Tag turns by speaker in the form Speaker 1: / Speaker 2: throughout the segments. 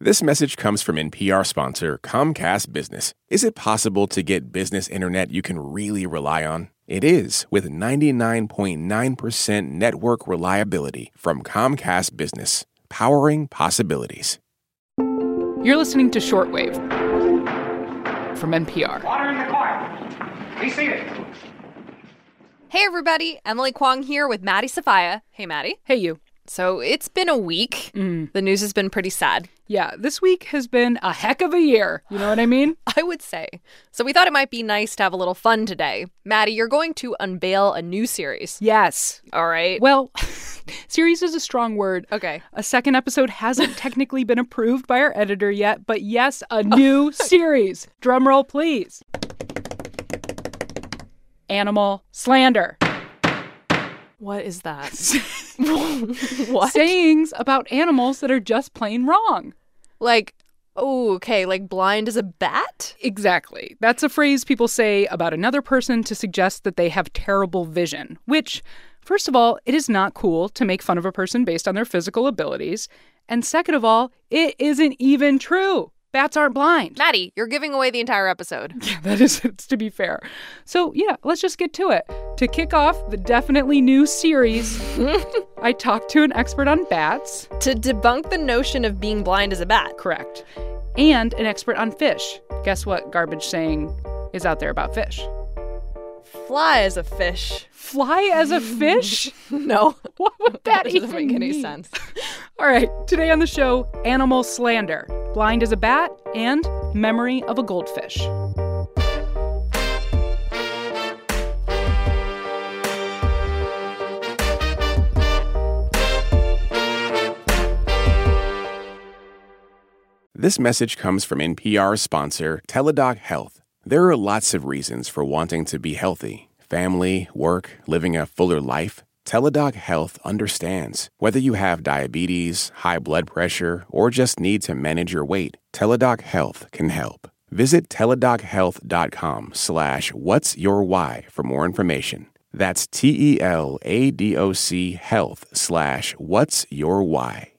Speaker 1: This message comes from NPR sponsor Comcast Business. Is it possible to get business internet you can really rely on? It is with 99.9% network reliability from Comcast Business, powering possibilities.
Speaker 2: You're listening to Shortwave from NPR.
Speaker 3: Water in the car. Be seated.
Speaker 4: Hey, everybody. Emily Kwong here with Maddie Sophia. Hey, Maddie.
Speaker 2: Hey, you.
Speaker 4: So it's been a week. The news has been pretty sad,
Speaker 2: Yeah, this week has been a heck of a year. You know what I mean?
Speaker 4: I would say. So we thought it might be nice to have a little fun today. Maddie, you're going to unveil a new series.
Speaker 2: Yes.
Speaker 4: All right.
Speaker 2: Well, series is a strong word.
Speaker 4: Okay.
Speaker 2: A second episode hasn't technically been approved by our editor yet, but yes, a new series. Drumroll, please. Animal slander.
Speaker 4: What is that? what?
Speaker 2: Sayings about animals that are just plain wrong.
Speaker 4: Like, oh, okay, like blind as a bat?
Speaker 2: Exactly. That's a phrase people say about another person to suggest that they have terrible vision, which, first of all, it is not cool to make fun of a person based on their physical abilities. And second of all, it isn't even true. Bats aren't blind.
Speaker 4: Maddie, you're giving away the entire episode.
Speaker 2: That is, it's to be fair. So, yeah, let's just get to it. To kick off the definitely new series, I talked to an expert on bats,
Speaker 4: to debunk the notion of being blind as a bat.
Speaker 2: correct, and an expert on fish. Guess what garbage saying is out there about fish?
Speaker 4: Fly as a fish.
Speaker 2: fly as a fish?
Speaker 4: No.
Speaker 2: What would that,
Speaker 4: That
Speaker 2: even
Speaker 4: doesn't make any
Speaker 2: mean?
Speaker 4: sense.
Speaker 2: All right, today on the show, animal slander, blind as a bat, and memory of a goldfish.
Speaker 1: This message comes from NPR sponsor Teladoc Health. There are lots of reasons for wanting to be healthy family, work, living a fuller life. Teladoc Health understands. Whether you have diabetes, high blood pressure, or just need to manage your weight, Teladoc Health can help. Visit teladochealth.com slash what's your why for more information. That's E T-E-L-A-D-O-C health slash what's your why.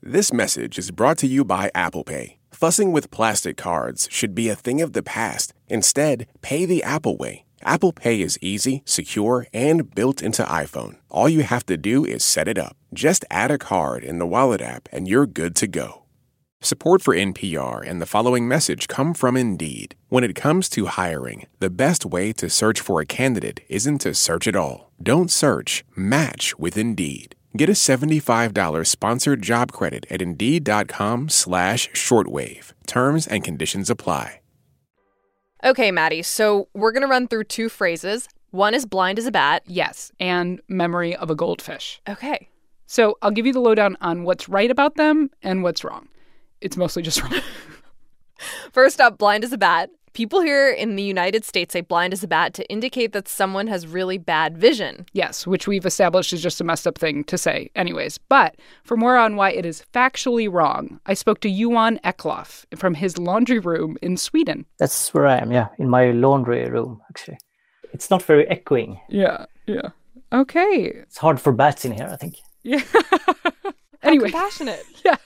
Speaker 1: This message is brought to you by Apple Pay. Fussing with plastic cards should be a thing of the past. Instead, pay the Apple way. Apple Pay is easy, secure, and built into iPhone. All you have to do is set it up. Just add a card in the Wallet app and you're good to go. Support for NPR and the following message come from Indeed. When it comes to hiring, the best way to search for a candidate isn't to search at all. Don't search, match with Indeed. Get a $75 sponsored job credit at Indeed.com slash shortwave. Terms and conditions apply.
Speaker 4: Okay, Maddie, so we're going to run through two phrases. One is blind as a bat.
Speaker 2: Yes, and memory of a goldfish.
Speaker 4: Okay.
Speaker 2: So I'll give you the lowdown on what's right about them and what's wrong. It's mostly just wrong.
Speaker 4: First up, blind as a bat. People here in the United States say blind as a bat to indicate that someone has really bad vision.
Speaker 2: yes, which we've established is just a messed up thing to say, anyways. But for more on why it is factually wrong, I spoke to Yuan Eklof from his laundry room in Sweden.
Speaker 5: That's where I am, yeah, in my laundry room, actually. It's not very echoing.
Speaker 2: Yeah, yeah. Okay.
Speaker 5: It's hard for bats in here, I think.
Speaker 2: Yeah.
Speaker 4: How
Speaker 2: anyway,
Speaker 4: compassionate.
Speaker 2: yeah.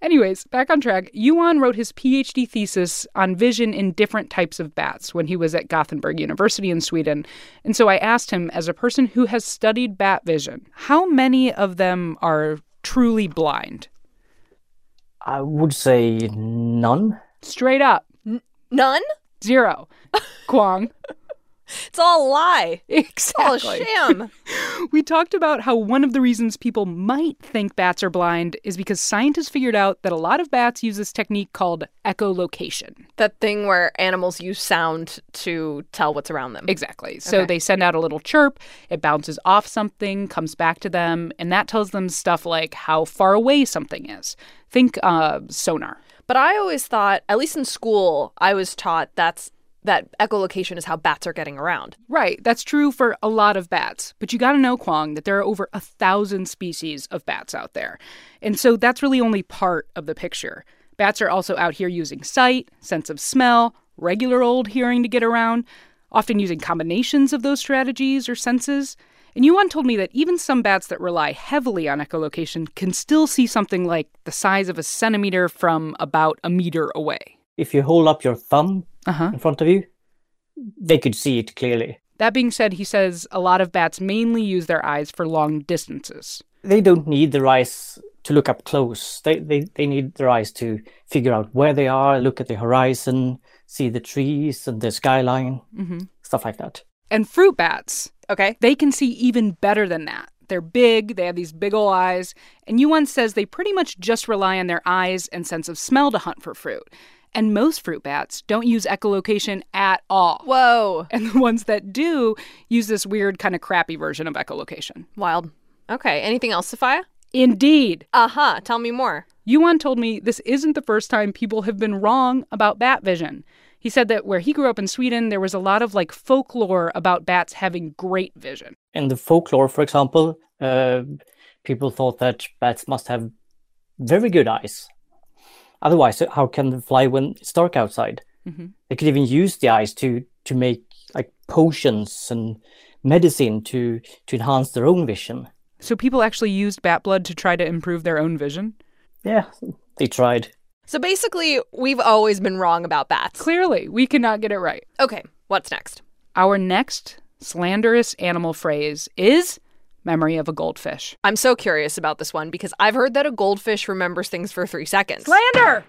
Speaker 2: Anyways, back on track. Yuan wrote his PhD thesis on vision in different types of bats when he was at Gothenburg University in Sweden. And so I asked him, as a person who has studied bat vision, how many of them are truly blind?
Speaker 5: I would say none.
Speaker 2: Straight up,
Speaker 4: None?
Speaker 2: zero. Kwong.
Speaker 4: It's all a lie. It's all a
Speaker 2: Exactly.
Speaker 4: sham.
Speaker 2: We talked about how one of the reasons people might think bats are blind is because scientists figured out that a lot of bats use this technique called echolocation.
Speaker 4: that thing where animals use sound to tell what's around them.
Speaker 2: Exactly. So
Speaker 4: Okay.
Speaker 2: they send out a little chirp, it bounces off something, comes back to them, and that tells them stuff like how far away something is. Think uh, sonar.
Speaker 4: But I always thought, at least in school, I was taught that's that echolocation is how bats are getting around.
Speaker 2: Right, that's true for a lot of bats, but you gotta know, Kwong, that there are over a thousand species of bats out there. And so that's really only part of the picture. Bats are also out here using sight, sense of smell, regular old hearing to get around, often using combinations of those strategies or senses. And Yuan told me that even some bats that rely heavily on echolocation can still see something like the size of a centimeter from about a meter away.
Speaker 5: If you hold up your thumb
Speaker 2: Uh-huh.
Speaker 5: in front of you, they could see it clearly.
Speaker 2: That being said, he says a lot of bats mainly use their eyes for long distances.
Speaker 5: They don't need their eyes to look up close. They, they, they need their eyes to figure out where they are, look at the horizon, see the trees and the skyline, stuff like that.
Speaker 2: And fruit bats,
Speaker 4: Okay.
Speaker 2: they can see even better than that. They're big, they have these big ol' eyes, and Yuan says they pretty much just rely on their eyes and sense of smell to hunt for fruit. And most fruit bats don't use echolocation at all.
Speaker 4: Whoa.
Speaker 2: And the ones that do use this weird, kind of crappy version of echolocation.
Speaker 4: Wild. Okay. Anything else, Sophia?
Speaker 2: Indeed,
Speaker 4: Uh huh. Tell me more.
Speaker 2: Yuan told me this isn't the first time people have been wrong about bat vision. He said that where he grew up in Sweden, there was a lot of like folklore about bats having great vision.
Speaker 5: in the folklore, for example, uh, people thought that bats must have very good eyes. Otherwise, how can they fly when it's dark outside? They could even use the eyes to to make like potions and medicine to to enhance their own vision.
Speaker 2: So people actually used bat blood to try to improve their own vision?
Speaker 5: Yeah, they tried.
Speaker 4: So basically, we've always been wrong about bats.
Speaker 2: Clearly, we cannot get it right.
Speaker 4: Okay. What's next?
Speaker 2: Our next slanderous animal phrase is memory of a goldfish.
Speaker 4: I'm so curious about this one because I've heard that a goldfish remembers things for three seconds.
Speaker 2: Slander!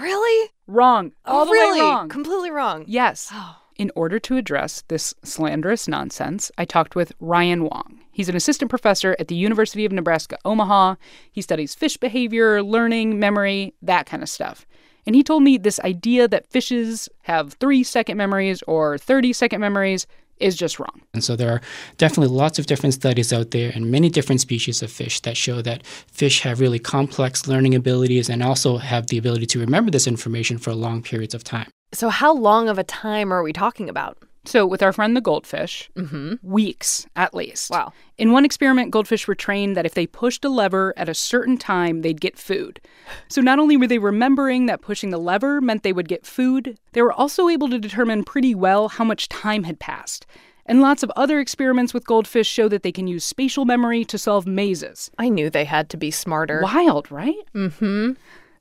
Speaker 4: Really?
Speaker 2: Wrong. All the
Speaker 4: Oh, really?
Speaker 2: way wrong.
Speaker 4: Completely wrong.
Speaker 2: Yes. In order to address this slanderous nonsense, I talked with Ryan Wong. He's an assistant professor at the University of Nebraska Omaha. He studies fish behavior, learning, memory, that kind of stuff. And he told me this idea that fishes have three second memories or 30 second memories is just wrong.
Speaker 6: And so there are definitely lots of different studies out there and many different species of fish that show that fish have really complex learning abilities and also have the ability to remember this information for long periods of time.
Speaker 4: So, how long of a time are we talking about?
Speaker 2: So, with our friend the goldfish, weeks at least.
Speaker 4: Wow.
Speaker 2: In one experiment, goldfish were trained that if they pushed a lever at a certain time, they'd get food. So not only were they remembering that pushing the lever meant they would get food, they were also able to determine pretty well how much time had passed. And lots of other experiments with goldfish show that they can use spatial memory to solve mazes.
Speaker 4: I knew they had to be smarter.
Speaker 2: Wild, right? Mm hmm.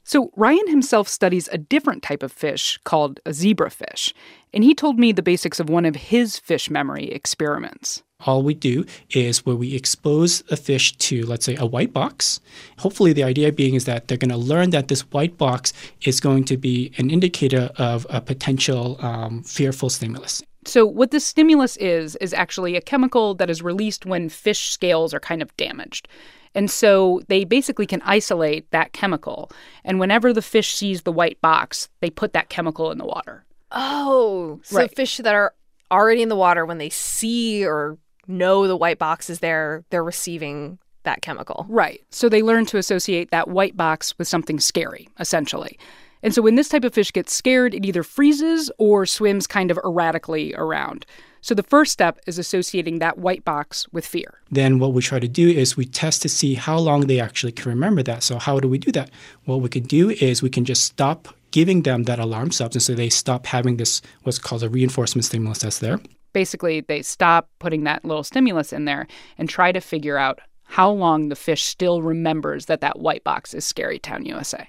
Speaker 2: So, Ryan himself studies a different type of fish called a zebrafish. And he told me the basics of one of his fish memory experiments.
Speaker 6: All we do is where we expose a fish to, let's say, a white box. Hopefully, the idea being is that they're going to learn that this white box is going to be an indicator of a potential um, fearful stimulus.
Speaker 2: So, what this stimulus is, is actually a chemical that is released when fish scales are kind of damaged. And so they basically can isolate that chemical. And whenever the fish sees the white box, they put that chemical in the water.
Speaker 4: Oh, so
Speaker 2: Right.
Speaker 4: fish that are already in the water when they see or know the white box is there, they're receiving that chemical.
Speaker 2: Right. So they learn to associate that white box with something scary, essentially. And so when this type of fish gets scared, it either freezes or swims kind of erratically around. So the first step is associating that white box with fear.
Speaker 6: Then, what we try to do is we test to see how long they actually can remember that. So, how do we do that? What we could do is we can just stop giving them that alarm substance so they stop having this, what's called a reinforcement stimulus that's there.
Speaker 2: basically they stop putting that little stimulus in there and try to figure out how long the fish still remembers that that white box is scary town usa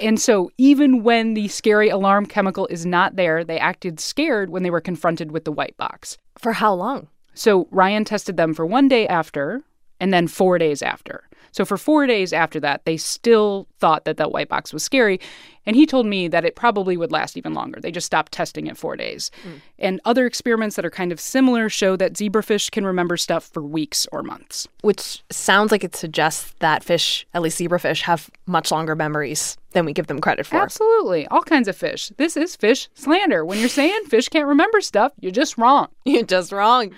Speaker 2: and so even when the scary alarm chemical is not there they acted scared when they were confronted with the white box
Speaker 4: For how long?
Speaker 2: so ryan tested them for one day after and then four days after so for four days after that they still thought that that white box was scary and he told me that it probably would last even longer. They just stopped testing it four days. And other experiments that are kind of similar show that zebrafish can remember stuff for weeks or months.
Speaker 4: Which sounds like it suggests that fish, at least zebrafish, have much longer memories than we give them credit for.
Speaker 2: Absolutely. All kinds of fish. This is fish slander. When you're saying fish can't remember stuff, you're just wrong.
Speaker 4: You're just wrong.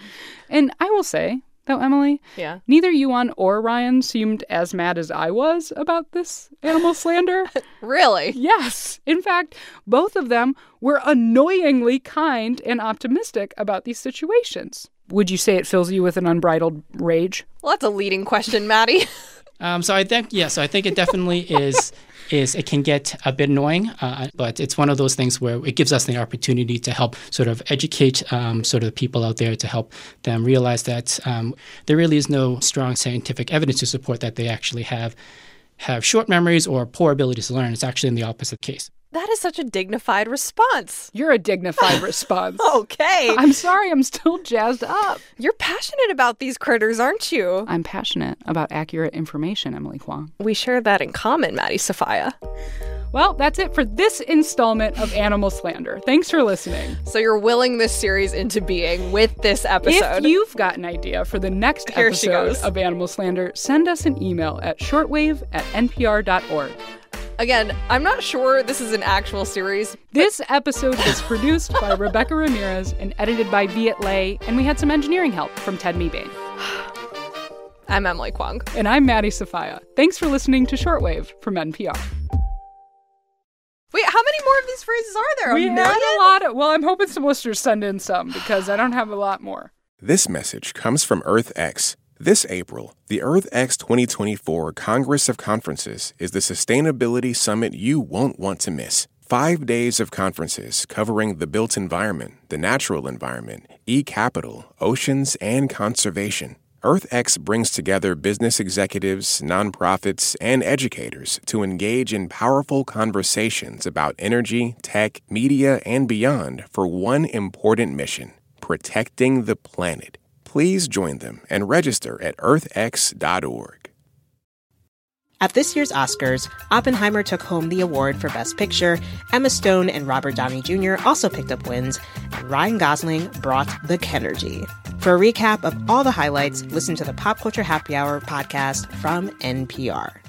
Speaker 2: And I will say, though, Emily,
Speaker 4: Yeah.
Speaker 2: neither Yuan or Ryan seemed as mad as I was about this animal slander.
Speaker 4: Really?
Speaker 2: Yes. In fact, both of them were annoyingly kind and optimistic about these situations. Would you say it fills you with an unbridled rage?
Speaker 4: Well, that's a leading question, Maddie.
Speaker 6: Um, so I think yes, I think it definitely is is it can get a bit annoying, uh, but it's one of those things where it gives us the opportunity to help sort of educate um, sort of the people out there to help them realize that um, there really is no strong scientific evidence to support that they actually have have short memories or poor ability to learn. It's actually in the opposite case.
Speaker 4: That is such a dignified response.
Speaker 2: You're a dignified response.
Speaker 4: Oh. Okay.
Speaker 2: I'm sorry, I'm still jazzed up.
Speaker 4: You're passionate about these critters, aren't you?
Speaker 2: I'm passionate about accurate information, Emily Huang.
Speaker 4: We share that in common, Maddie Sophia.
Speaker 2: Well, that's it for this installment of Animal Slander. Thanks for listening.
Speaker 4: So you're willing this series into being with this
Speaker 2: If
Speaker 4: episode.
Speaker 2: you've got an idea for the next
Speaker 4: Here she
Speaker 2: episode
Speaker 4: goes.
Speaker 2: of Animal Slander, send us an email at shortwave at npr.org.
Speaker 4: Again, I'm not sure this is an actual series.
Speaker 2: This episode is produced by Rebecca Ramirez and edited by Viet Le, and we had some engineering help from Ted Meebane.
Speaker 4: I'm Emily Kwong.
Speaker 2: And I'm Maddie Sophia. Thanks for listening to Shortwave from NPR.
Speaker 4: Wait, how many more of these phrases are there? A
Speaker 2: we had
Speaker 4: million?
Speaker 2: a lot of, well, I'm hoping some listeners send in some because I don't have a lot more.
Speaker 1: This message comes from EarthX. This April, the EarthX 2024 Congress of Conferences is the sustainability summit you won't want to miss. Five days of conferences covering the built environment, the natural environment, e capital, oceans, and conservation. EarthX brings together business executives, nonprofits, and educators to engage in powerful conversations about energy, tech, media, and beyond for one important mission protecting the planet. Please join them and register at earthx.org.
Speaker 7: At this year's Oscars, Oppenheimer took home the award for Best Picture. Emma Stone and Robert Downey Jr. also picked up wins, and Ryan Gosling brought the Kenergy. For a recap of all the highlights, listen to the Pop Culture Happy Hour podcast from NPR.